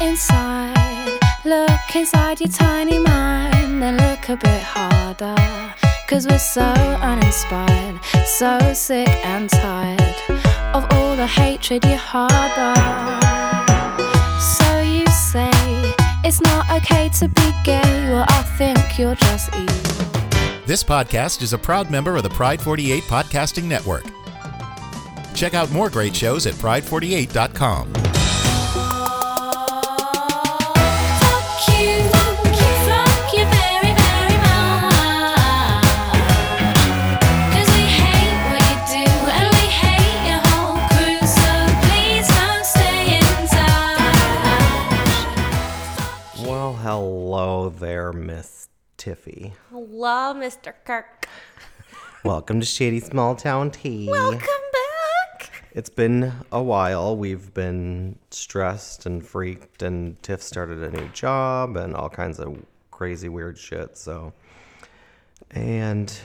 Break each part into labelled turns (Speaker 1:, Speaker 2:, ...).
Speaker 1: inside. Look inside your tiny mind, then look a bit harder. Cause we're so uninspired, so sick and tired of all the hatred you harbor. So you say it's not okay to be gay, well, I think you're just evil.
Speaker 2: This podcast is a proud member of the Pride 48 Podcasting Network. Check out more great shows at pride48.com.
Speaker 1: Fuck you, fuck you, fuck you very, very much. 'Cause we hate what you do and we hate your whole crew, so please don't stay in touch.
Speaker 3: Well, hello there, Miss Tiffy.
Speaker 4: Hello, Mr. Kirk.
Speaker 3: Welcome to Shady Small Town Tea.
Speaker 4: Welcome back.
Speaker 3: It's been a while. We've been stressed and freaked, and Tiff started a new job and all kinds of crazy, weird shit. So, and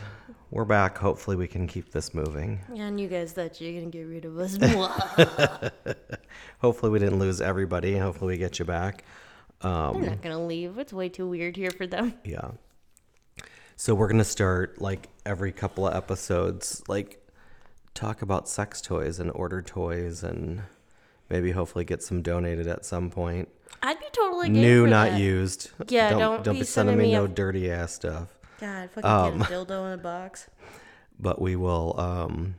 Speaker 3: we're back. Hopefully, we can keep this moving.
Speaker 4: And you guys thought you were gonna get rid of us.
Speaker 3: Hopefully, we didn't lose everybody. Hopefully, we get you back.
Speaker 4: I'm not gonna leave. It's way too weird here for them.
Speaker 3: Yeah. So we're gonna start like every couple of episodes, like talk about sex toys and order toys and maybe hopefully get some donated at some point.
Speaker 4: I'd be totally game
Speaker 3: New,
Speaker 4: for
Speaker 3: not
Speaker 4: that.
Speaker 3: used.
Speaker 4: Yeah,
Speaker 3: don't
Speaker 4: don't be
Speaker 3: be sending
Speaker 4: sending
Speaker 3: me
Speaker 4: me
Speaker 3: no
Speaker 4: a-
Speaker 3: dirty ass stuff.
Speaker 4: God, fucking get a
Speaker 3: Um.
Speaker 4: dildo in a box.
Speaker 3: But we will um,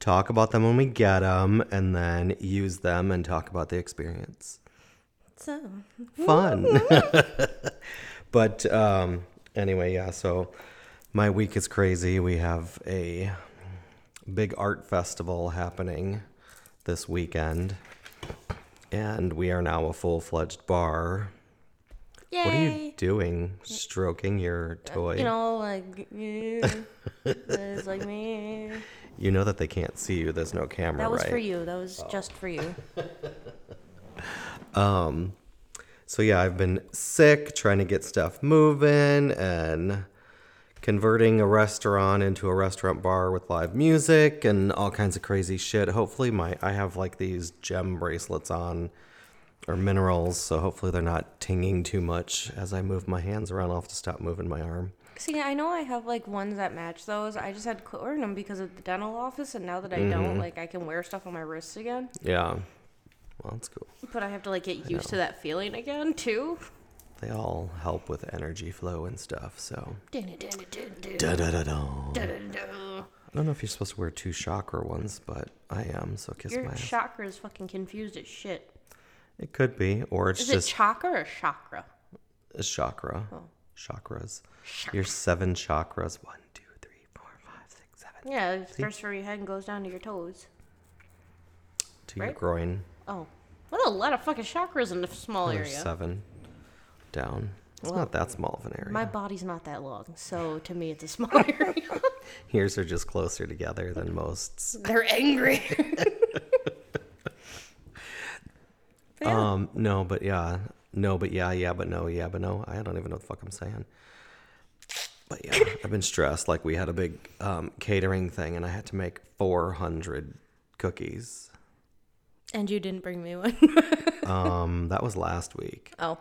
Speaker 3: talk about them when we get them, and then use them and talk about the experience.
Speaker 4: So
Speaker 3: fun. but um, anyway, yeah. So my week is crazy. We have a big art festival happening this weekend, and we are now a full fledged bar.
Speaker 4: yay. Uh,
Speaker 3: What are you doing? Stroking your toy.
Speaker 4: You know, like yeah. it's like me.
Speaker 3: You know that they can't see you. There's no camera.
Speaker 4: That was
Speaker 3: right? Oh.
Speaker 4: for you. That was just for you.
Speaker 3: So yeah, I've been sick trying to get stuff moving and converting a restaurant into a restaurant bar with live music and all kinds of crazy shit. Hopefully my I have like these gem bracelets on or minerals, so hopefully they're not tinging too much as I move my hands around. I'll have to stop moving my arm.
Speaker 4: See, I know I have like ones that match those. I just had to quit wearing them because of the dental office, and now that I
Speaker 3: Mm-hmm.
Speaker 4: don't, like, I can wear stuff on my wrists again.
Speaker 3: Yeah. Well, that's cool.
Speaker 4: But I have to like get used to that feeling again too.
Speaker 3: They all help with energy flow and stuff, so
Speaker 4: Da-da-da-da-da-da.
Speaker 3: da-da-da-da. I don't know if you're supposed to wear two chakra ones, but I am, so kiss
Speaker 4: Your
Speaker 3: my ass.
Speaker 4: chakra is fucking confused as shit.
Speaker 3: It could be, or it's
Speaker 4: Is
Speaker 3: just
Speaker 4: it Oh. chakra or chakra?
Speaker 3: a chakra. Chakras. Your seven chakras. One, two, three, four, five, six, seven.
Speaker 4: Yeah, it starts from your head and goes down to your toes.
Speaker 3: To your
Speaker 4: Right.
Speaker 3: groin.
Speaker 4: Oh, what a lot of fucking chakras in the small
Speaker 3: Another
Speaker 4: area.
Speaker 3: seven. Down. It's not that small of an area.
Speaker 4: My body's not that long, so to me it's a small area.
Speaker 3: Ears are just closer together than most.
Speaker 4: They're angry. But yeah.
Speaker 3: Um, no, but yeah. No, but yeah, yeah, but no, yeah, but no. I don't even know what the fuck I'm saying. But yeah, I've been stressed. Like we had a big um, catering thing and I had to make 400 cookies.
Speaker 4: and you didn't bring me one.
Speaker 3: Um, that was last week.
Speaker 4: oh,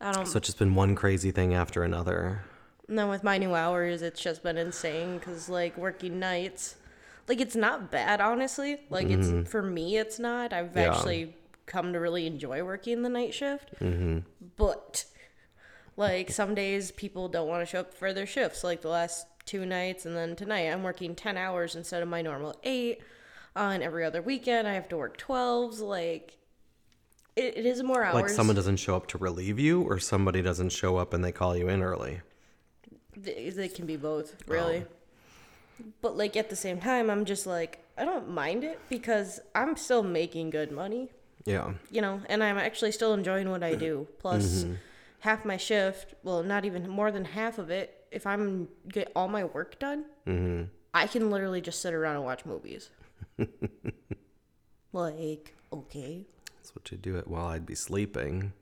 Speaker 4: I don't.
Speaker 3: So it's just been one crazy thing after another.
Speaker 4: And then with my new hours, it's just been insane because, like, working nights, like, it's not bad, honestly. Like, it's for me, it's not. I've
Speaker 3: Mm-hmm. Yeah.
Speaker 4: actually come to really enjoy working the night shift. Mm-hmm. But, like, some days people don't want to show up for their shifts, like the last two nights. And then tonight, I'm working 10 hours instead of my normal eight. On every other weekend, I have to work 12s. Like, it, it is more hours.
Speaker 3: Like someone doesn't show up to relieve you, or somebody doesn't show up and they call you in early.
Speaker 4: Th- It can be both, really. But like at the same time, I'm just like I don't mind it because I'm still making good money,
Speaker 3: Yeah.
Speaker 4: you know, and I'm actually still enjoying what I do. Plus, half my shift, well, not even more than half of it. If I'm get all my work done, I can literally just sit around and watch movies. like okay,
Speaker 3: That's what you do it while I'd be sleeping.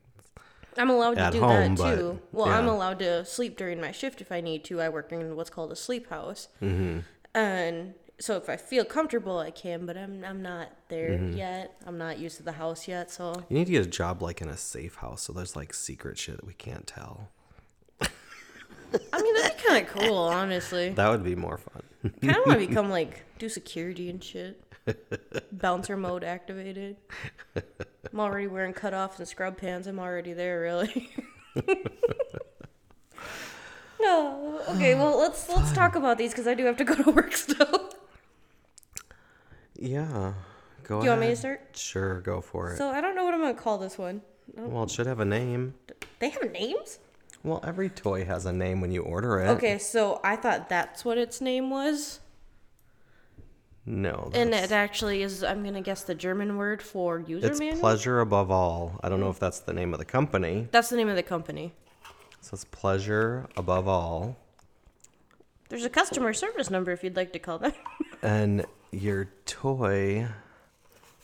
Speaker 4: I'm allowed to
Speaker 3: At
Speaker 4: do
Speaker 3: home, but-
Speaker 4: that too. Well, I'm
Speaker 3: yeah.
Speaker 4: allowed
Speaker 3: Mm-hmm.
Speaker 4: to sleep during my shift if I need to. I work in what's called a sleep house. And so if I feel comfortable, I can. But I'm I'm not there
Speaker 3: Mm-hmm.
Speaker 4: yet. I'm not used to the house yet. So
Speaker 3: You need to get a job like in a safe house, so there's like secret shit that we can't tell.
Speaker 4: I mean that'd be kind of cool, honestly.
Speaker 3: That would be more fun.
Speaker 4: Kind of want to become like do security and shit. Bouncer mode activated. I'm already wearing cutoffs and scrub pants. I'm already there, really. no, okay. Well, let's let's talk about these because I do have to go to work still.
Speaker 3: yeah. Go
Speaker 4: You want me to
Speaker 3: ahead.
Speaker 4: start?
Speaker 3: Sure, go for it.
Speaker 4: so I don't know what I'm gonna call this one.
Speaker 3: well, it should have a name.
Speaker 4: They have names.
Speaker 3: Well, every toy has a name when you order it.
Speaker 4: Okay, so I thought that's what its name was,
Speaker 3: No.
Speaker 4: and
Speaker 3: that's-
Speaker 4: it actually is. I'm gonna guess the German word for user
Speaker 3: it's
Speaker 4: manual. Hmm.
Speaker 3: pleasure above all. I don't know if that's the name of the company.
Speaker 4: that's the name of the company.
Speaker 3: So it's pleasure above all.
Speaker 4: There's a customer service number if you'd like to call them.
Speaker 3: And your toy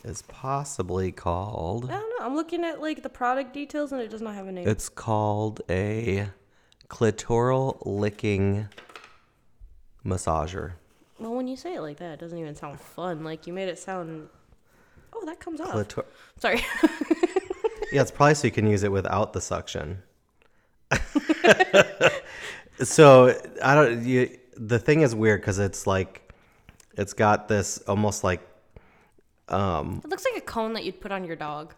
Speaker 3: is possibly called.
Speaker 4: I don't know. I'm looking at like the product details, and it does not have a name.
Speaker 3: It's called a clitoral licking massager.
Speaker 4: well, when you say it like that, it doesn't even sound fun. Like you made it sound. Oh, that comes off.
Speaker 3: Clitor-
Speaker 4: Sorry.
Speaker 3: yeah, it's probably so you can use it without the suction. so I don't. You, the thing is weird because it's like, it's got this almost like.
Speaker 4: it looks like a cone that you'd put on your dog.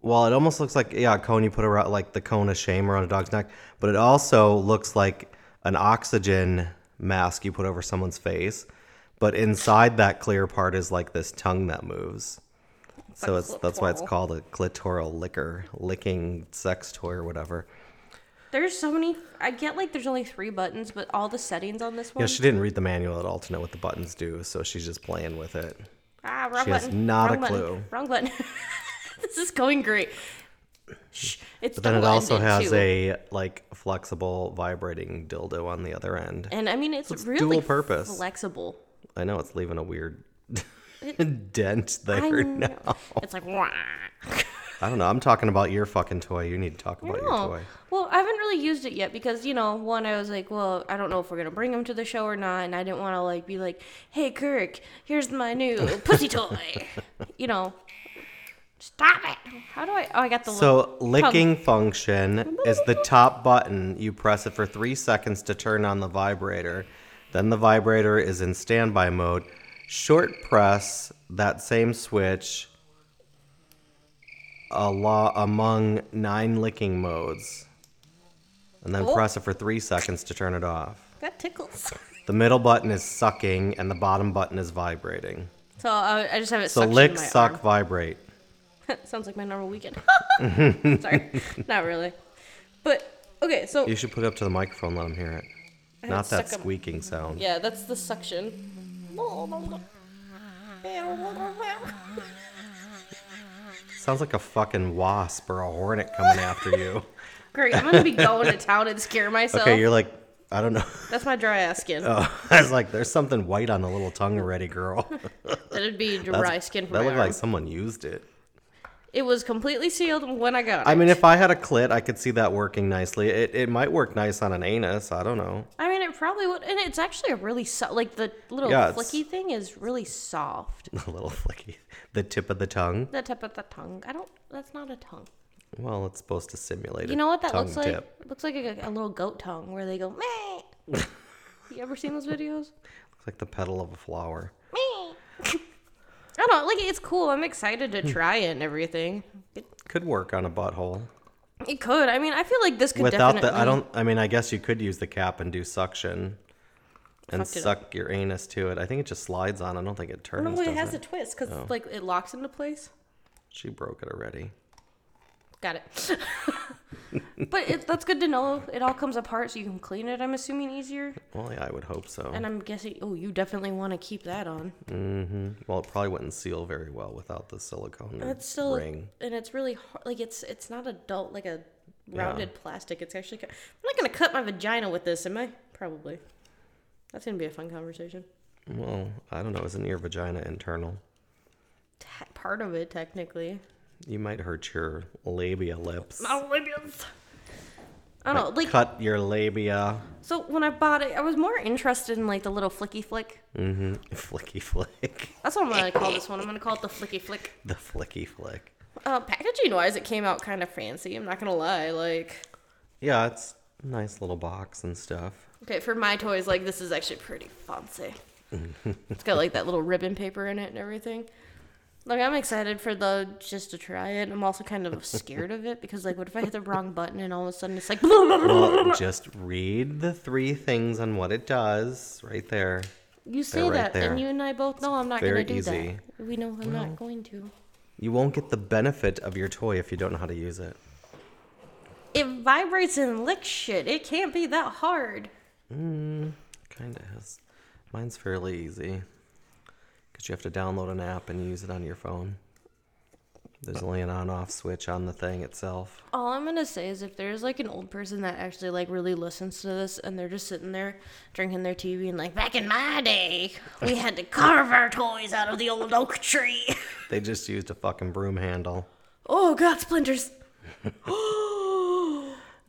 Speaker 3: Well, it almost looks like yeah, a cone you put around like the cone of shame around a dog's neck, but it also looks like an oxygen mask you put over someone's face. But inside that clear part is like this tongue that moves. So it's that's why it's
Speaker 4: clitoral.
Speaker 3: called a clitoral licker, licking sex toy or whatever.
Speaker 4: There's so many. I get like there's only three buttons, but all the settings on this one.
Speaker 3: Yeah, she didn't read the manual at all to know what the buttons do, so she's just playing with it.
Speaker 4: Ah, wrong
Speaker 3: She has
Speaker 4: button.
Speaker 3: not a
Speaker 4: wrong button,
Speaker 3: clue.
Speaker 4: Wrong button. this is going great. Shh, it's
Speaker 3: But then it also has
Speaker 4: too.
Speaker 3: a like flexible vibrating dildo on the other end.
Speaker 4: and I mean it's,
Speaker 3: it's
Speaker 4: really
Speaker 3: dual purpose.
Speaker 4: flexible.
Speaker 3: I know it's leaving a weird dent
Speaker 4: I
Speaker 3: there. now.
Speaker 4: know. It's like wah.
Speaker 3: I don't know. I'm talking about your fucking toy. You need to talk about your
Speaker 4: No.
Speaker 3: toy.
Speaker 4: Oh, Well, I haven't really used it yet because you know, one I was like, well, I don't know if we're gonna bring him to the show or not, and I didn't want to like be like, hey Kirk, here's my new pussy toy. You know, stop it. How do I? Oh, I got the
Speaker 3: So,
Speaker 4: little
Speaker 3: licking function is the top button. You press it for three seconds to turn on the vibrator. Then the vibrator is in standby mode. Short press that same switch a lot among nine licking modes. And then
Speaker 4: Oh.
Speaker 3: press it for three seconds to turn it off.
Speaker 4: that tickles.
Speaker 3: The middle button is sucking, and the bottom button is vibrating.
Speaker 4: So uh, I, I just have it.
Speaker 3: So
Speaker 4: suctioned in
Speaker 3: lick,
Speaker 4: my
Speaker 3: suck,
Speaker 4: arm.
Speaker 3: vibrate.
Speaker 4: Sounds like my normal weekend. Sorry, not really. But okay, so
Speaker 3: You should put it up to the microphone, and let them hear it. Not that
Speaker 4: suck 'em.
Speaker 3: squeaking sound.
Speaker 4: yeah, that's the suction.
Speaker 3: Sounds like a fucking wasp or a hornet coming after you.
Speaker 4: Great, I'm gonna be going to town and scare myself.
Speaker 3: Okay, you're Oh. like, I don't know.
Speaker 4: that's my dry ass skin.
Speaker 3: I was like, there's something white on the little tongue already, girl.
Speaker 4: That'd be
Speaker 3: That's-
Speaker 4: dry skin for
Speaker 3: that
Speaker 4: my
Speaker 3: looked
Speaker 4: arm.
Speaker 3: like someone used it.
Speaker 4: It was completely sealed when I got it.
Speaker 3: I mean, if I had a clit, I could see that working nicely. It, it might work nice on an anus. I don't know.
Speaker 4: I mean, it probably would, and it's actually a really so- like the little
Speaker 3: Yeah, it's-
Speaker 4: flicky thing is really soft.
Speaker 3: A little flicky. The tip of the tongue.
Speaker 4: The tip of the tongue. I don't. That's not a tongue.
Speaker 3: Well, it's supposed to simulate
Speaker 4: You
Speaker 3: a
Speaker 4: know what that
Speaker 3: tongue
Speaker 4: looks like?
Speaker 3: tip.
Speaker 4: It looks like a, a little goat tongue where they go meh. you ever seen those videos?
Speaker 3: It's like the petal of a flower.
Speaker 4: Meh. I don't know, like it's cool. I'm excited
Speaker 3: Hmm.
Speaker 4: to try it and everything. It,
Speaker 3: Could work on a butthole.
Speaker 4: it could. I mean, I feel like this could
Speaker 3: Without
Speaker 4: definitely.
Speaker 3: the, I don't. I mean, I guess you could use the cap and do suction, and
Speaker 4: Fucked it
Speaker 3: suck your anus to it. I think it just slides on. I don't think it turns.
Speaker 4: No, it
Speaker 3: does Oh.
Speaker 4: has
Speaker 3: it?
Speaker 4: a twist because like it locks into place.
Speaker 3: She broke it already.
Speaker 4: Got it. but it, that's good to know. It all comes apart, so you can clean it. I'm assuming easier.
Speaker 3: Well, yeah, I would hope so.
Speaker 4: And I'm guessing. Oh, you definitely want to keep that on.
Speaker 3: well, it probably wouldn't seal very well without the silicone
Speaker 4: It's still
Speaker 3: ring.
Speaker 4: and it's really hard. Like it's it's not adult like a rounded plastic. It's actually. ki- I'm not gonna cut my vagina with this, am I? Probably. That's gonna be a fun conversation.
Speaker 3: Well, I don't know. Isn't your vagina internal?
Speaker 4: Te- part of it technically.
Speaker 3: Oh, You might hurt your labia lips.
Speaker 4: Oh, it is. I don't know. Like
Speaker 3: Cut your labia.
Speaker 4: so, when I bought it, I was more interested in like the little flicky flick.
Speaker 3: Mm-hmm. Flicky flick.
Speaker 4: That's what I'm gonna call this one. I'm gonna call it the flicky flick.
Speaker 3: The flicky flick.
Speaker 4: Uh, packaging wise, it came out kind of fancy. I'm not gonna lie. Like,
Speaker 3: Yeah, it's a nice little box and stuff.
Speaker 4: okay, for my toys, like this is actually pretty fancy. it's got like that little ribbon paper in it and everything. Like, I'm excited for the just to try it. I'm also kind of scared of it because like, what if I hit the wrong button and all of a sudden it's like,
Speaker 3: Well, just read the three things on what it does right there.
Speaker 4: you say
Speaker 3: They're right
Speaker 4: that,
Speaker 3: there.
Speaker 4: and you and I both know I'm not
Speaker 3: very
Speaker 4: gonna do
Speaker 3: easy.
Speaker 4: that. We know I'm not going to.
Speaker 3: You won't get the benefit of your toy if you don't know how to use it.
Speaker 4: It vibrates and licks shit. It can't be that hard.
Speaker 3: Kind of Hmm, is. Mine's fairly easy. Because you have to download an app and use it on your phone. There's only an on off switch on the thing itself.
Speaker 4: All I'm gonna say is if there's like an old person that actually like really listens to this and they're just sitting there drinking their TV and like back in my day we had to carve our toys out of the old oak tree.
Speaker 3: They just used a fucking broom handle.
Speaker 4: oh god, splinters.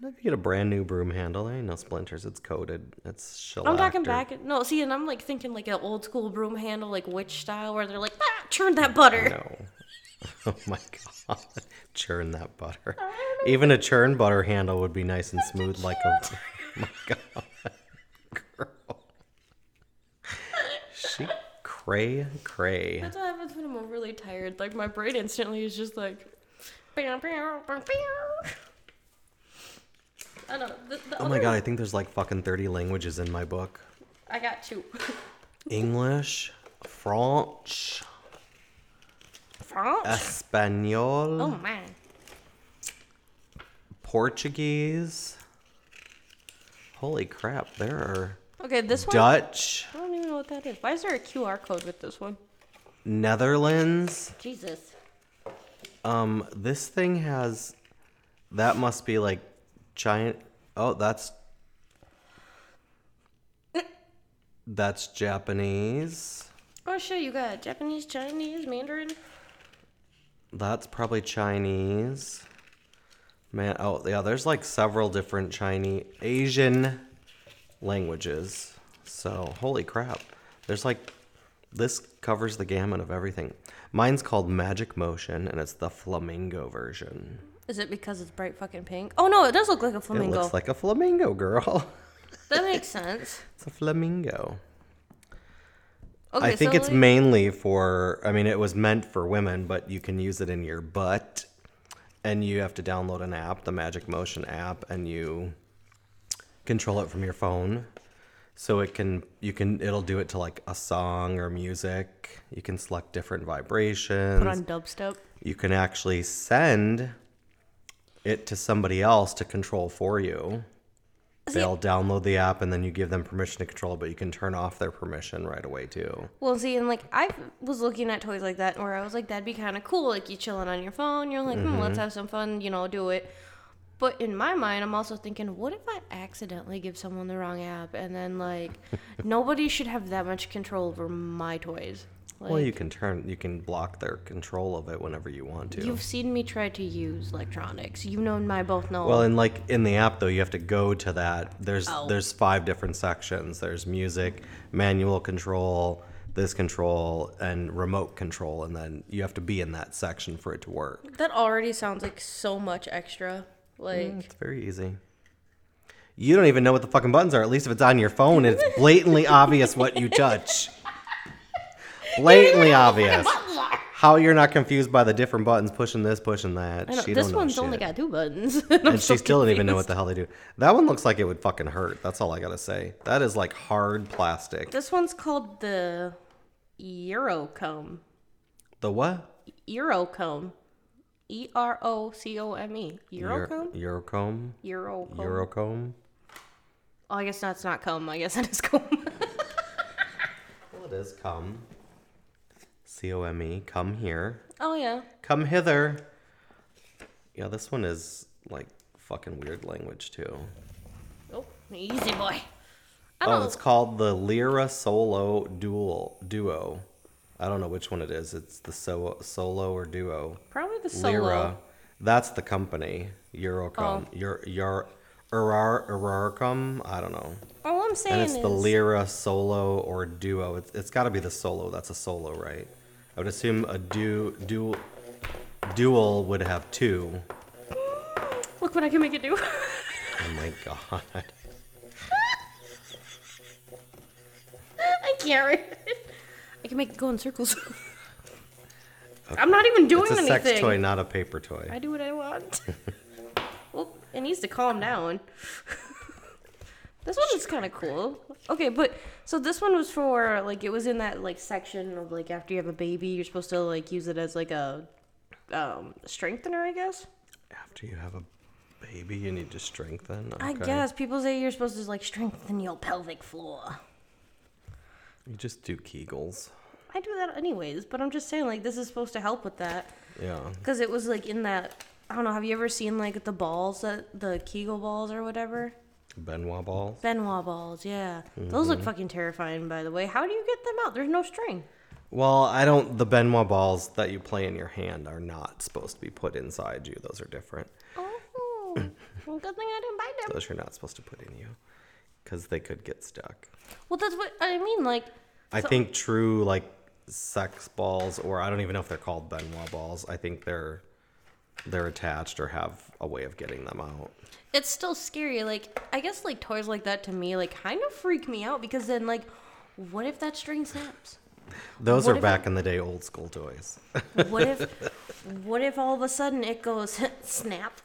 Speaker 3: If you get a brand new broom handle, there ain't no splinters. It's coated. It's shellac.
Speaker 4: I'm talking
Speaker 3: or-
Speaker 4: back no, see and I'm like thinking like an old school broom handle like witch style where they're like, ah, churn that butter.
Speaker 3: No. Oh my god. Churn that butter. Even a churn butter handle would be nice and smooth like a my god. Girl. She cray cray.
Speaker 4: That's what happens when I'm really tired. Like my brain instantly is just like "Bam, bam, bam, bam." I don't know. The, the
Speaker 3: Oh my god, I think there's like fucking 30 languages in my book.
Speaker 4: I got two.
Speaker 3: English, French,
Speaker 4: France?
Speaker 3: Espanol,
Speaker 4: Oh man.
Speaker 3: Portuguese. Holy crap, there are
Speaker 4: Okay, this one.
Speaker 3: Dutch,
Speaker 4: I don't even know what that is. Why is there a QR code with this one?
Speaker 3: Netherlands.
Speaker 4: Jesus.
Speaker 3: Um, this thing has that must be like giant. Oh, that's that's Japanese.
Speaker 4: Oh shit, you got Japanese, Chinese, Mandarin.
Speaker 3: That's probably Chinese. Man, oh yeah, there's like several different Chinese Asian languages. So holy crap, there's like this covers the gamut of everything. Mine's called Magic Motion, and it's the flamingo version.
Speaker 4: Is it because it's bright fucking pink? Oh no, it does look like a
Speaker 3: It
Speaker 4: flamingo.
Speaker 3: looks like a flamingo, girl.
Speaker 4: that makes sense.
Speaker 3: It's a flamingo.
Speaker 4: Okay,
Speaker 3: I think
Speaker 4: so
Speaker 3: it's
Speaker 4: like-
Speaker 3: mainly for, I mean, it was meant for women, but you can use it in your butt. And you have to download an app, the Magic Motion app, and you control it from your phone. So it can, you can, it'll do it to like a song or music. You can select different vibrations.
Speaker 4: put on dubstep.
Speaker 3: you can actually send it to somebody else to control for you. They'll download the app and then you give them permission to control, but you can turn off their permission right away too.
Speaker 4: Well, see, and like I was looking at toys like that, where I was like, that'd be kind of cool. Like you chilling on your phone, you're like, hmm,
Speaker 3: Mm-hmm.
Speaker 4: let's have some fun, you know, do it. But in my mind, I'm also thinking, what if I accidentally give someone the wrong app, and then like nobody should have that much control over my toys. Like,
Speaker 3: Well, you can turn, you can block their control of it whenever you want to.
Speaker 4: You've seen me try to use electronics. You know, and I both know.
Speaker 3: well, and like in the app though, you have to go to that. There's
Speaker 4: Oh.
Speaker 3: there's five different sections. There's music, manual control, this control, and remote control, and then you have to be in that section for it to work.
Speaker 4: that already sounds like so much extra. Like,
Speaker 3: It's very easy. You don't even know what the fucking buttons are. At least if it's on your phone, and it's blatantly obvious what you touch. Blatantly obvious. How you're not confused by the different buttons, pushing this, pushing that.
Speaker 4: I don't-
Speaker 3: She
Speaker 4: this
Speaker 3: don't know
Speaker 4: one's only
Speaker 3: shit.
Speaker 4: got two buttons.
Speaker 3: and she still didn't even know what the hell they do. That one looks like it would fucking hurt. That's all I gotta say. That is like hard plastic.
Speaker 4: This one's called the Eurocomb.
Speaker 3: The what?
Speaker 4: Eurocomb. E R O C O M E. Eurocomb?
Speaker 3: Eurocomb.
Speaker 4: Eurocomb.
Speaker 3: Eurocomb.
Speaker 4: oh, I guess that's not comb. I guess that is comb.
Speaker 3: Well, it is come. C O M E. Come here.
Speaker 4: oh, yeah.
Speaker 3: Come hither. Yeah, this one is like fucking weird language too.
Speaker 4: Oh, easy boy. I don't
Speaker 3: Oh, it's called the Lyra Solo Dual Duo. I don't know which one it is. It's the so- solo or duo.
Speaker 4: probably the solo.
Speaker 3: Lyra. That's the company. Eurocom.
Speaker 4: Oh.
Speaker 3: Your your Arar Araricum. I don't know.
Speaker 4: All I'm saying
Speaker 3: And it's
Speaker 4: is
Speaker 3: the lyra solo or duo. It's, it's got to be the solo. That's a solo, right? I would assume a du, du, dual would have two.
Speaker 4: look what I can make it do.
Speaker 3: Oh my god.
Speaker 4: I can't read it. I can make it go in circles. I'm not even doing
Speaker 3: It's a
Speaker 4: anything.
Speaker 3: sex toy, not a paper toy.
Speaker 4: I do what I want. well, it needs to calm down. this one is kind of cool. Okay, but so this one was for like it was in that like section of like after you have a baby, you're supposed to like use it as like a um strengthener, I guess.
Speaker 3: After you have a baby, you need to strengthen. Okay.
Speaker 4: I guess people say you're supposed to like strengthen your pelvic floor.
Speaker 3: You just do Kegels.
Speaker 4: I do that anyways, but I'm just saying like this is supposed to help with that
Speaker 3: Yeah.
Speaker 4: because it was like in that. I don't know. Have you ever seen like the balls that the Kegel balls or whatever?
Speaker 3: Benoit balls.
Speaker 4: Benoit balls, yeah. Those look fucking terrifying, by the way. How do you get them out? There's no string.
Speaker 3: Well, I don't. The Benoit balls that you play in your hand are not supposed to be put inside you. Those are different.
Speaker 4: Oh, well, good thing I didn't buy them.
Speaker 3: Those you're not supposed to put in you because they could get stuck.
Speaker 4: Well, that's what I mean. Like,
Speaker 3: I think true, like, sex balls, or I don't even know if they're called Benoit balls. I think they're. They're attached or have a way of getting them out.
Speaker 4: it's still scary. Like, I guess, like, toys like that to me, like, kind of freak me out because then, like, what if that string snaps?
Speaker 3: Those
Speaker 4: What
Speaker 3: are
Speaker 4: if
Speaker 3: back in the day old school toys.
Speaker 4: What if, what if all of a sudden it goes snap,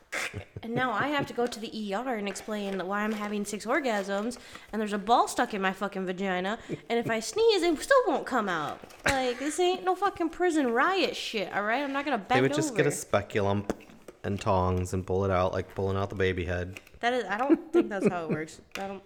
Speaker 4: and now I have to go to the ER and explain why I'm having six orgasms, and there's a ball stuck in my fucking vagina, and if I sneeze, it still won't come out. Like this ain't no fucking prison riot shit. All right, I'm not gonna bend
Speaker 3: They would just get a
Speaker 4: over.
Speaker 3: speculum and tongs and pull it out, like pulling out the baby head.
Speaker 4: That is, I don't think that's how it works. I don't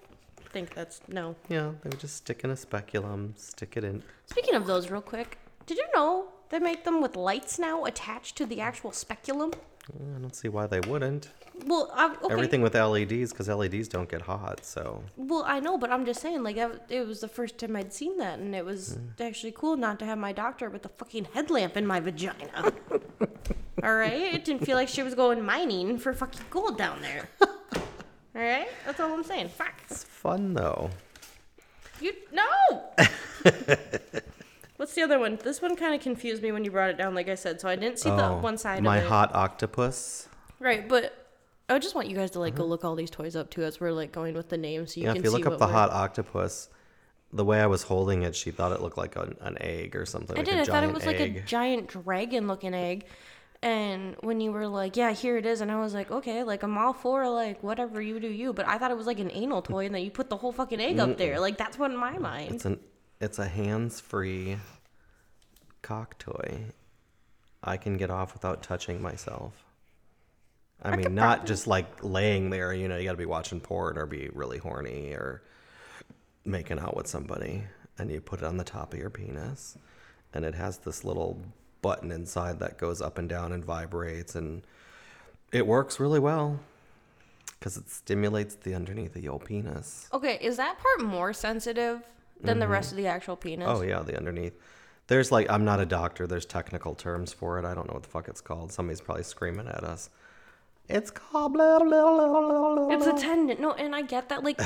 Speaker 4: think that's no.
Speaker 3: Yeah, they would just stick in a speculum, stick it in.
Speaker 4: Speaking of those, real quick, did you know they make them with lights now attached to the actual speculum?
Speaker 3: I don't see why they wouldn't.
Speaker 4: Well, I, okay.
Speaker 3: Everything with E LEDs, because LEDs don't get hot, so.
Speaker 4: Well, I know, but I'm just saying, like, I, it was the first time I'd seen that, and it was
Speaker 3: Mm.
Speaker 4: actually cool not to have my doctor with a fucking headlamp in my vagina. All right? It didn't feel like she was going mining for fucking gold down there. All right? That's all I'm saying. Fuck.
Speaker 3: It's fun, though.
Speaker 4: You. No! What's the other one? This one kind of confused me when you brought it down, like I said, so I didn't see the one side
Speaker 3: Oh, my
Speaker 4: of it.
Speaker 3: hot octopus.
Speaker 4: Right, but. I just want you guys to like go look all these toys up too as we're like going with the names so
Speaker 3: Mm-hmm.
Speaker 4: you
Speaker 3: yeah,
Speaker 4: can
Speaker 3: if you
Speaker 4: see
Speaker 3: look up
Speaker 4: what
Speaker 3: the
Speaker 4: we're-
Speaker 3: hot octopus, the way I was holding it, she thought it looked like an, an egg or something.
Speaker 4: I
Speaker 3: like
Speaker 4: did.
Speaker 3: A
Speaker 4: I thought it
Speaker 3: giant
Speaker 4: was like a
Speaker 3: egg.
Speaker 4: giant dragon looking egg. And when you were like, yeah, here it is. And I was like, okay, like I'm all for like whatever you do, you. But I thought it was like an anal toy and that you put the whole fucking egg up there. Like that's what in my mind.
Speaker 3: It's an it's a hands-free cock toy. I can get off without touching myself. I mean, not just like laying there. You know, you got to be watching porn or be really horny or making out with somebody, and you put it on the top of your penis, and it has this little button inside that goes up and down and vibrates, and it works really well because it stimulates the underneath of your penis.
Speaker 4: Okay, is that part more sensitive than the rest of the actual penis?
Speaker 3: Oh yeah, the underneath. There's like I'm not a doctor. There's technical terms for it. I don't know what the fuck it's called. Somebody's probably screaming at us. It's called blah, blah, blah, blah, blah,
Speaker 4: It's
Speaker 3: blah.
Speaker 4: a tendon. No, and I get that. Like,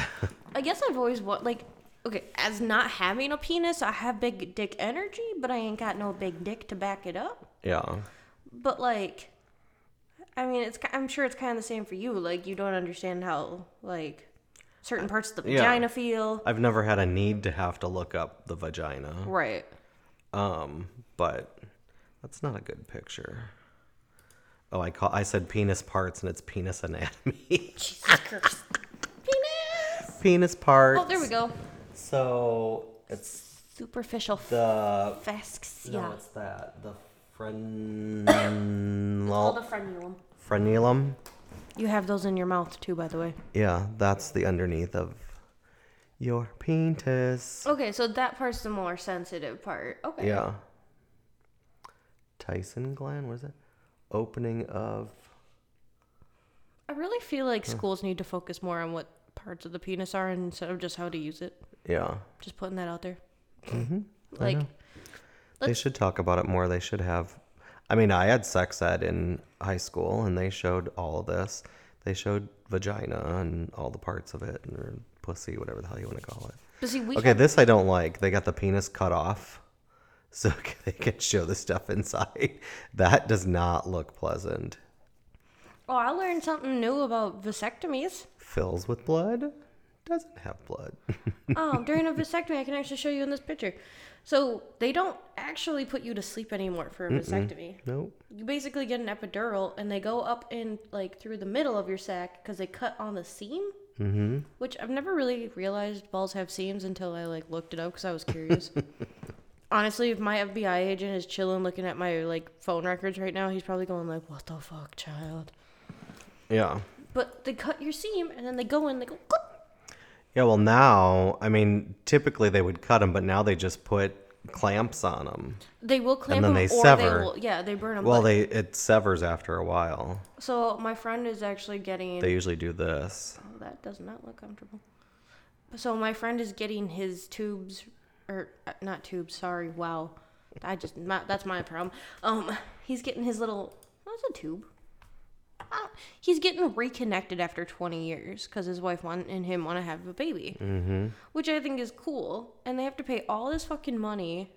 Speaker 4: I guess I've always want like. Okay, as not having a penis, I have big dick energy, but I ain't got no big dick to back it up.
Speaker 3: yeah.
Speaker 4: But like, I mean, it's ki- I'm sure it's kind of the same for you. Like, you don't understand how like certain parts of the
Speaker 3: Yeah.
Speaker 4: vagina feel.
Speaker 3: I've never had a need to have to look up the vagina.
Speaker 4: Right.
Speaker 3: Um, but that's not a good picture. Oh, I call I said penis parts and it's penis anatomy.
Speaker 4: Jesus Christ. Penis.
Speaker 3: penis parts.
Speaker 4: Oh, there we go.
Speaker 3: So it's
Speaker 4: Superficial
Speaker 3: the
Speaker 4: fascia.
Speaker 3: no, it's that the
Speaker 4: All
Speaker 3: frenulum.
Speaker 4: the frenulum.
Speaker 3: frenulum.
Speaker 4: You have those in your mouth too, by the way.
Speaker 3: Yeah, that's the underneath of your penis.
Speaker 4: Okay, so that part's the more sensitive part. Oh, Okay.
Speaker 3: Yeah. Tyson gland, what is it? Opening of.
Speaker 4: I really feel like
Speaker 3: Hmm.
Speaker 4: schools need to focus more on what parts of the penis are instead of just how to use it.
Speaker 3: Yeah.
Speaker 4: Just putting that out there. Mm-hmm. Like,
Speaker 3: They
Speaker 4: Let's-
Speaker 3: should talk about it more. They should have. I mean, I had sex ed in high school and they showed all of this. They showed vagina and all the parts of it, or pussy, whatever the hell you want to call it.
Speaker 4: But see, we
Speaker 3: Okay,
Speaker 4: had-
Speaker 3: this I don't like. They got the penis cut off so they can show the stuff inside. That does not look pleasant.
Speaker 4: oh, I learned something new about vasectomies.
Speaker 3: Fills with blood? Doesn't have blood.
Speaker 4: oh, during a vasectomy, I can actually show you in this picture. So they don't actually put you to sleep anymore for a vasectomy.
Speaker 3: nope.
Speaker 4: You basically get an epidural, and they go up in like through the middle of your sac because they cut on the seam. Mm-hmm. Which I've never really realized balls have seams until I like looked it up because I was curious. Honestly, if my FBI agent is chilling looking at my like phone records right now, he's probably going like, "What the fuck, child?"
Speaker 3: Yeah.
Speaker 4: But they cut your seam, and then they go in, they go. clip.
Speaker 3: Yeah, well, now, I mean, typically they would cut them, but now they just put clamps on them.
Speaker 4: They will clamp
Speaker 3: then
Speaker 4: them,
Speaker 3: they
Speaker 4: or
Speaker 3: sever.
Speaker 4: they will, yeah, they burn them.
Speaker 3: Well, they it severs after a while.
Speaker 4: So my friend is actually getting
Speaker 3: They usually do this.
Speaker 4: Oh, that does not look comfortable. So my friend is getting his tubes, or uh, not tubes. Sorry. Wow, I just my, that's my problem. Um, he's getting his little. What's a tube? I don't- He's getting reconnected after 20 years because his wife want, and him want to have a baby, mm-hmm. which I think is cool. And they have to pay all this fucking money.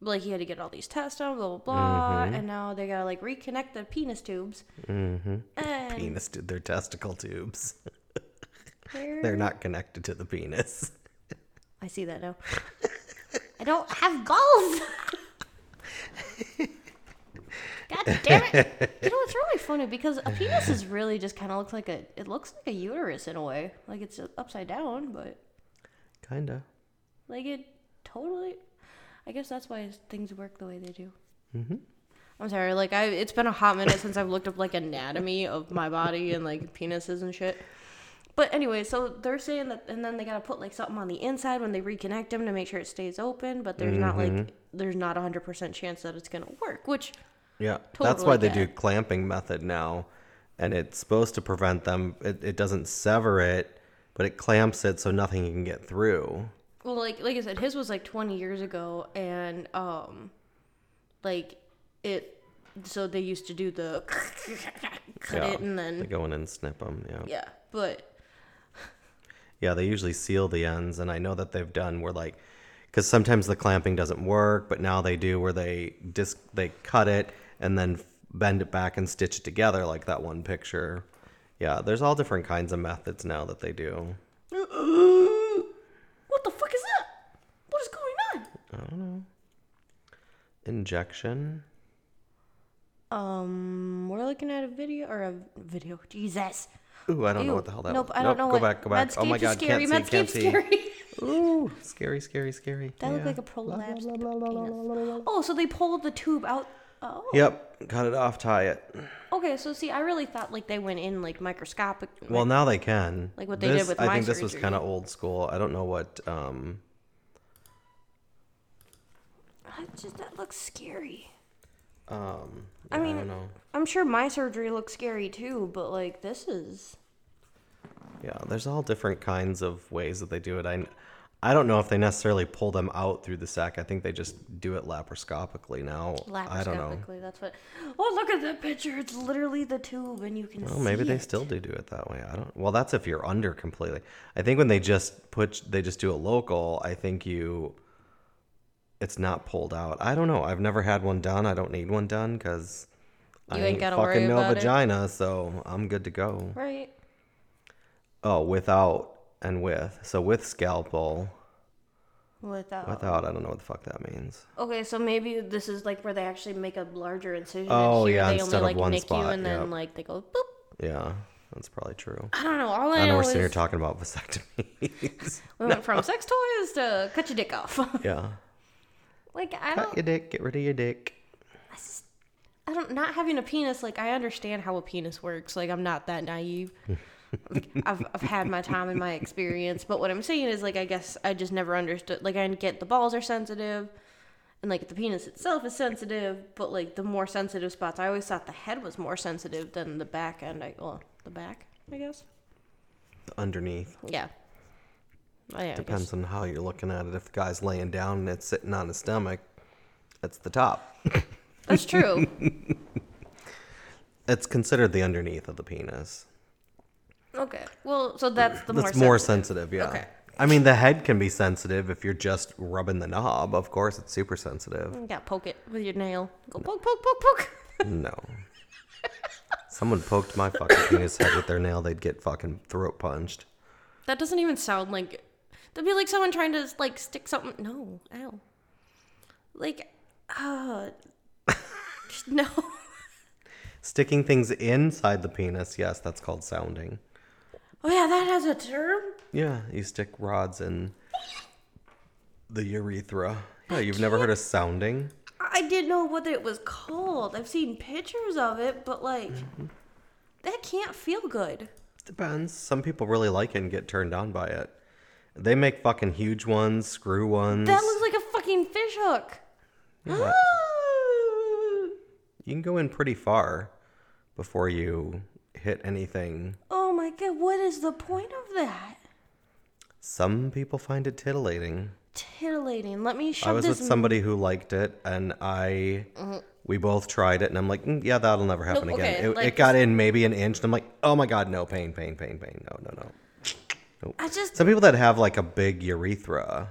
Speaker 4: Like he had to get all these tests done, blah blah blah, and now they gotta like reconnect the penis tubes. Mm-hmm. And
Speaker 3: Penis did their testicle tubes.
Speaker 4: where-
Speaker 3: They're not connected to the penis.
Speaker 4: I see that now. I don't have balls. God damn it! You know it's really funny because a penis is really just kind of looks like a. It looks like a uterus in a way, like it's upside down, but
Speaker 3: Kinda.
Speaker 4: like it totally. I guess that's why things work the way they do. Mm-hmm. I'm sorry. Like I, it's been a hot minute since I've looked up like anatomy of my body and like penises and shit. But anyway, so they're saying that, and then they gotta put like something on the inside when they reconnect them to make sure it stays open. But there's not
Speaker 3: Mm-hmm.
Speaker 4: like there's not a hundred percent chance that it's gonna work. Which
Speaker 3: Yeah, that's
Speaker 4: Totally
Speaker 3: why they
Speaker 4: get
Speaker 3: do
Speaker 4: it.
Speaker 3: clamping method now, and it's supposed to prevent them. It, it doesn't sever it, but it clamps it so nothing can get through.
Speaker 4: Well, like like I said, his was like twenty years ago, and um, like it. So they used to do the cut
Speaker 3: yeah,
Speaker 4: it and
Speaker 3: they
Speaker 4: then
Speaker 3: go in and snip them. Yeah. yeah,
Speaker 4: yeah, but
Speaker 3: They usually seal the ends, and I know that they've done where like, because sometimes the clamping doesn't work, but now they do where they disc they cut it and then f- bend it back and stitch it together like that one picture. Yeah, there's all different kinds of methods now that they do.
Speaker 4: what the fuck is that? What is going
Speaker 3: Injection.
Speaker 4: on? Um, we're looking at a video or a video. Jesus.
Speaker 3: Ooh, I don't know
Speaker 4: Ew.
Speaker 3: what the hell that
Speaker 4: Nope,
Speaker 3: was.
Speaker 4: I don't know
Speaker 3: go
Speaker 4: what.
Speaker 3: back, go back. oh
Speaker 4: Medscape
Speaker 3: my
Speaker 4: is
Speaker 3: god,
Speaker 4: scary.
Speaker 3: can't see, can't
Speaker 4: Medscape's
Speaker 3: see.
Speaker 4: scary.
Speaker 3: Ooh, scary, scary, scary.
Speaker 4: That looked
Speaker 3: Yeah.
Speaker 4: like a prolapsed penis. Oh, so they pulled the tube out. Oh.
Speaker 3: Yep, cut it off, tie it.
Speaker 4: Okay, so see, I really thought like they went in like microscopic.
Speaker 3: Well, now they can.
Speaker 4: Like what they did
Speaker 3: This-
Speaker 4: with
Speaker 3: I
Speaker 4: my
Speaker 3: think this was
Speaker 4: surgery.
Speaker 3: kind of old school. I don't know what. Um,
Speaker 4: I just that looks scary.
Speaker 3: um,
Speaker 4: I mean,
Speaker 3: I don't know.
Speaker 4: I'm sure my surgery looks scary too, but like this is.
Speaker 3: Yeah, there's all different kinds of ways that they do it. I, I don't know if they necessarily pull them out through the sac. I think they just do it laparoscopically now. I don't know.
Speaker 4: Laparoscopically, that's what. Oh, look at that picture. It's literally the tube, and you can
Speaker 3: Well,
Speaker 4: see.
Speaker 3: maybe they
Speaker 4: it.
Speaker 3: still do do it that way. I don't. Well, that's if you're under completely. I think when they just put, they just do a local. I think you, it's not pulled out. I don't know. I've never had one done. I don't need one done because I
Speaker 4: You ain't gotta worry
Speaker 3: fucking no
Speaker 4: about it.
Speaker 3: vagina, so I'm good to go.
Speaker 4: Right.
Speaker 3: Oh, without and with. So with scalpel,
Speaker 4: Without.
Speaker 3: without. I don't know what the fuck that means.
Speaker 4: Okay, so maybe this is like where they actually make a larger incision.
Speaker 3: Oh,
Speaker 4: and here
Speaker 3: yeah,
Speaker 4: They
Speaker 3: instead of
Speaker 4: only like
Speaker 3: one
Speaker 4: nick you,
Speaker 3: spot,
Speaker 4: and then
Speaker 3: yep.
Speaker 4: like they go boop.
Speaker 3: Yeah, that's probably true.
Speaker 4: I don't know. All I,
Speaker 3: I know
Speaker 4: know
Speaker 3: we're
Speaker 4: is
Speaker 3: sitting here talking about vasectomies.
Speaker 4: we went from sex toys to cut your dick off.
Speaker 3: yeah,
Speaker 4: like I
Speaker 3: cut
Speaker 4: don't.
Speaker 3: your dick. Get rid of your dick.
Speaker 4: I don't. Not having a penis. Like I understand how a penis works. Like I'm not that naive. Like, I've, I've had my time and my experience, but what I'm saying is, like, I guess I just never understood. Like, I get the balls are sensitive, and like the penis itself is sensitive, but like the more sensitive spots, I always thought the head was more sensitive than the back end. I well, the back, I guess.
Speaker 3: Underneath.
Speaker 4: Yeah. Oh, yeah, I guess.
Speaker 3: Depends on how you're looking at it. If the guy's laying down and it's sitting on his stomach, it's the top.
Speaker 4: That's true.
Speaker 3: It's considered the underneath of the penis.
Speaker 4: Okay. Well, so that's the
Speaker 3: That's
Speaker 4: more,
Speaker 3: more sensitive, yeah.
Speaker 4: Okay.
Speaker 3: I mean, the head can be sensitive if you're just rubbing the knob. Of course, it's super sensitive.
Speaker 4: Yeah, poke it with your nail. Go poke, poke, poke, poke.
Speaker 3: No. Someone poked my fucking penis head with their nail, they'd get fucking throat punched.
Speaker 4: That doesn't even sound like. That'd be like someone trying to like stick something. No, ow. Like, uh, no.
Speaker 3: Sticking things inside the penis, yes, that's called sounding.
Speaker 4: Oh yeah, that has a term.
Speaker 3: Yeah, you stick rods in the urethra. Yeah, you've never heard of sounding?
Speaker 4: I didn't know what it was called. I've seen pictures of it, but like, that can't feel good.
Speaker 3: Depends. Some people really like it and get turned on by it. They make fucking huge ones, screw ones.
Speaker 4: That looks like a fucking fish hook.
Speaker 3: Yeah.
Speaker 4: ah!
Speaker 3: you can go in pretty far before you hit anything.
Speaker 4: Oh my god, what is the point of that?
Speaker 3: Some people find it titillating.
Speaker 4: Titillating. Let me
Speaker 3: I
Speaker 4: shove
Speaker 3: was
Speaker 4: this.
Speaker 3: with somebody who liked it, and I, we both tried it, and I'm like, "Mm, yeah, that'll never happen
Speaker 4: Mm-hmm. Nope,
Speaker 3: again.
Speaker 4: okay,
Speaker 3: it, it
Speaker 4: like-
Speaker 3: got in maybe an inch, and I'm like, oh my god, no pain, pain, pain, pain, no, no, no.
Speaker 4: I just
Speaker 3: Some people that have like a big urethra,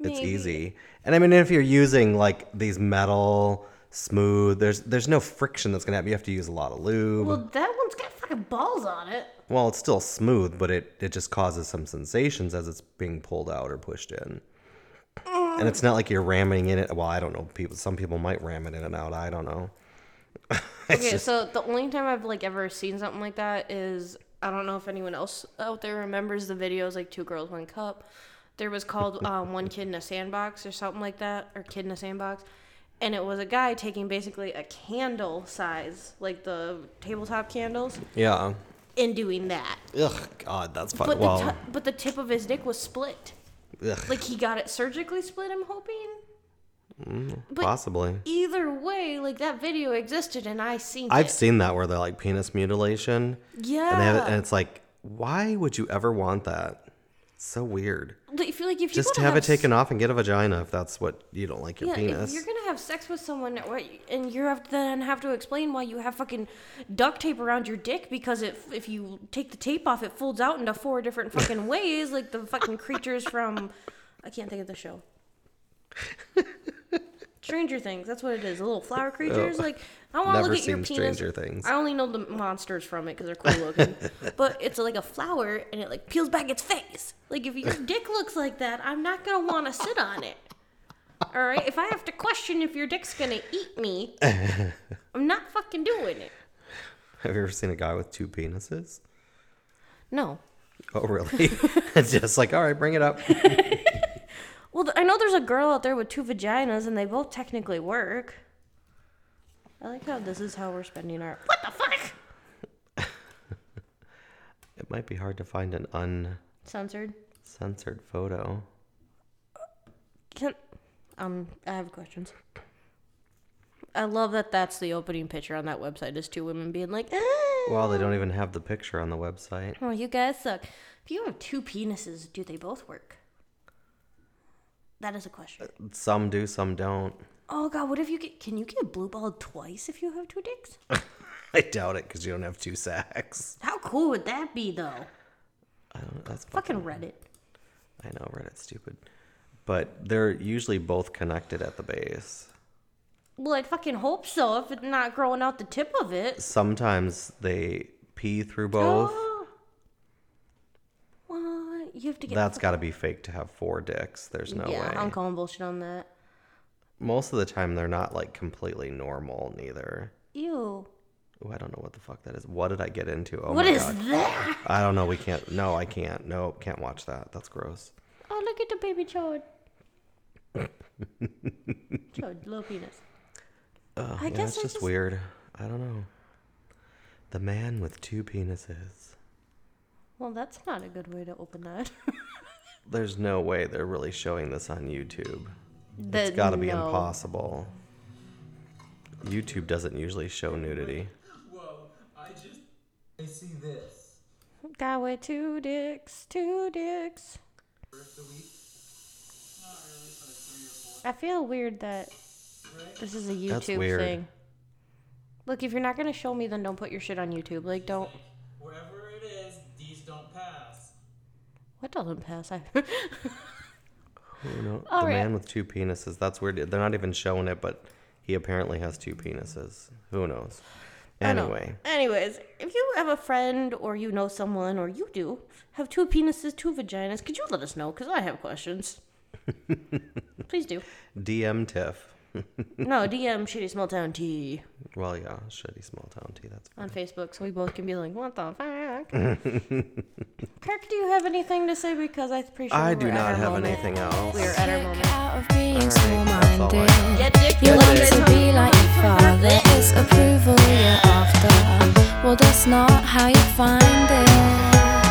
Speaker 3: it's
Speaker 4: Maybe.
Speaker 3: easy. And I mean, if you're using like these metal smooth, there's there's no friction that's gonna happen. You have to use a lot of lube.
Speaker 4: well, that one's got fucking balls on it.
Speaker 3: Well, it's still smooth, but it, it just causes some sensations as it's being pulled out or pushed in. And it's not like you're ramming in it. Well, I don't know. People, some people might ram it in and out. I don't know.
Speaker 4: Okay, so the only time I've like ever seen something like that is I don't know if anyone else out there remembers the videos like Two Girls One Cup. There was called um, One Kid in a Sandbox or something like that, or Kid in a Sandbox, and it was a guy taking basically a candle size, like the tabletop candles,
Speaker 3: Yeah.
Speaker 4: and doing that.
Speaker 3: Ugh. God, that's fucking.
Speaker 4: But
Speaker 3: Well,
Speaker 4: the t- but the tip of his dick was split.
Speaker 3: ugh,
Speaker 4: Like he got it surgically split. I'm hoping.
Speaker 3: Mm,
Speaker 4: but-
Speaker 3: possibly.
Speaker 4: Either way, like that video existed and I seen
Speaker 3: I've
Speaker 4: it.
Speaker 3: seen that where they're like penis mutilation,
Speaker 4: yeah.
Speaker 3: and they have it, and it's like, why would you ever want that? It's so weird.
Speaker 4: Like, if you like, if you
Speaker 3: Just
Speaker 4: wanna
Speaker 3: have, it
Speaker 4: s-
Speaker 3: taken off and get a vagina if that's what you don't like your
Speaker 4: Yeah,
Speaker 3: penis.
Speaker 4: if you're gonna have sex with someone, what- and you have to then have to explain why you have fucking duct tape around your dick because if if you take the tape off, it folds out into four different fucking ways, like the fucking creatures from, I can't think of the show. Stranger Things, that's what it is. The little flower creatures. Like I want to
Speaker 3: Oh. Never
Speaker 4: look at your
Speaker 3: seen
Speaker 4: penis.
Speaker 3: Stranger Things.
Speaker 4: I only know the monsters from it because they're cool looking. but it's like a flower, and it like peels back its face. Like if your dick looks like that, I'm not gonna want to sit on it. All right, if I have to question if your dick's gonna eat me, I'm not fucking doing it.
Speaker 3: Have you ever seen a guy with two penises?
Speaker 4: No.
Speaker 3: Oh, really? It's just like, all right, bring it up.
Speaker 4: Well, th- I know there's a girl out there with two vaginas, and they both technically work. I like how this is how we're spending our. What the fuck?
Speaker 3: It might be hard to find an
Speaker 4: Censored.
Speaker 3: uncensored photo.
Speaker 4: Can um, I have questions. I love that that's the opening picture on that website is two women being like, ah,
Speaker 3: Well, they don't even have the picture on the website.
Speaker 4: "Oh, you guys suck." If you have two penises, do they both work? That is a question.
Speaker 3: Some do, some don't.
Speaker 4: Oh god, what if you get? Can you get blue balled twice if you have two dicks?
Speaker 3: I doubt it because you don't have two sacks.
Speaker 4: How cool would that be though?
Speaker 3: I don't. That's fuck.
Speaker 4: Fucking Reddit.
Speaker 3: I know Reddit's stupid, but they're usually both connected at the base.
Speaker 4: Well, I'd fucking hope so if it's not growing out the tip of it.
Speaker 3: Sometimes they pee through both.
Speaker 4: well, Oh, you have to get.
Speaker 3: That's got to be fake to have four dicks. There's no
Speaker 4: yeah,
Speaker 3: way.
Speaker 4: I'm calling bullshit on that.
Speaker 3: Most of the time, they're not like completely normal, neither.
Speaker 4: Ew.
Speaker 3: Ooh, I don't know what the fuck that is. What did I get into? Oh
Speaker 4: What
Speaker 3: my
Speaker 4: is
Speaker 3: God.
Speaker 4: that?
Speaker 3: I don't know. We can't. No, I can't. No, can't watch that. That's gross.
Speaker 4: Oh, look at the baby Chode. Chode, little penis.
Speaker 3: Uh,
Speaker 4: I
Speaker 3: yeah,
Speaker 4: guess
Speaker 3: it's
Speaker 4: I
Speaker 3: just,
Speaker 4: just-
Speaker 3: weird. I don't know. The man with two penises.
Speaker 4: Well, that's not a good way to open that.
Speaker 3: There's no way they're really showing this on YouTube.
Speaker 4: That's
Speaker 3: It's got to be impossible. YouTube doesn't usually show nudity.
Speaker 5: Whoa, I just. I see this.
Speaker 4: Got away two dicks, two dicks. I feel weird that this is a
Speaker 3: That's
Speaker 4: YouTube
Speaker 3: weird.
Speaker 4: thing. Look, if you're not gonna show me, then don't put your shit on YouTube. Like, don't.
Speaker 5: Wherever it is,
Speaker 4: What doesn't pass? I
Speaker 3: You know,
Speaker 4: All
Speaker 3: the
Speaker 4: right.
Speaker 3: man with two penises. That's weird. They're not even showing it, but he apparently has two penises. Who knows?
Speaker 4: I don't-
Speaker 3: Anyway,
Speaker 4: Anyways, if you have a friend or you know someone or you do have two penises, two vaginas, could you let us know? Because I have questions. Please do.
Speaker 3: DM Tiff.
Speaker 4: No, DM Shitty Small Town T
Speaker 3: Well, yeah, shitty small town tea. That's
Speaker 4: on Facebook so we both can be like, what the fuck? Kirk, do you have anything to say? Because I'm pretty sure
Speaker 3: I
Speaker 4: we're
Speaker 3: do
Speaker 4: at
Speaker 3: not
Speaker 4: our
Speaker 3: have
Speaker 4: moment.
Speaker 3: anything else.
Speaker 4: We're at our moment.
Speaker 1: out of being small
Speaker 3: that's all I
Speaker 1: minded.
Speaker 3: have.
Speaker 1: You want to be like your father, it's approval you're after. Well, that's not how you find it.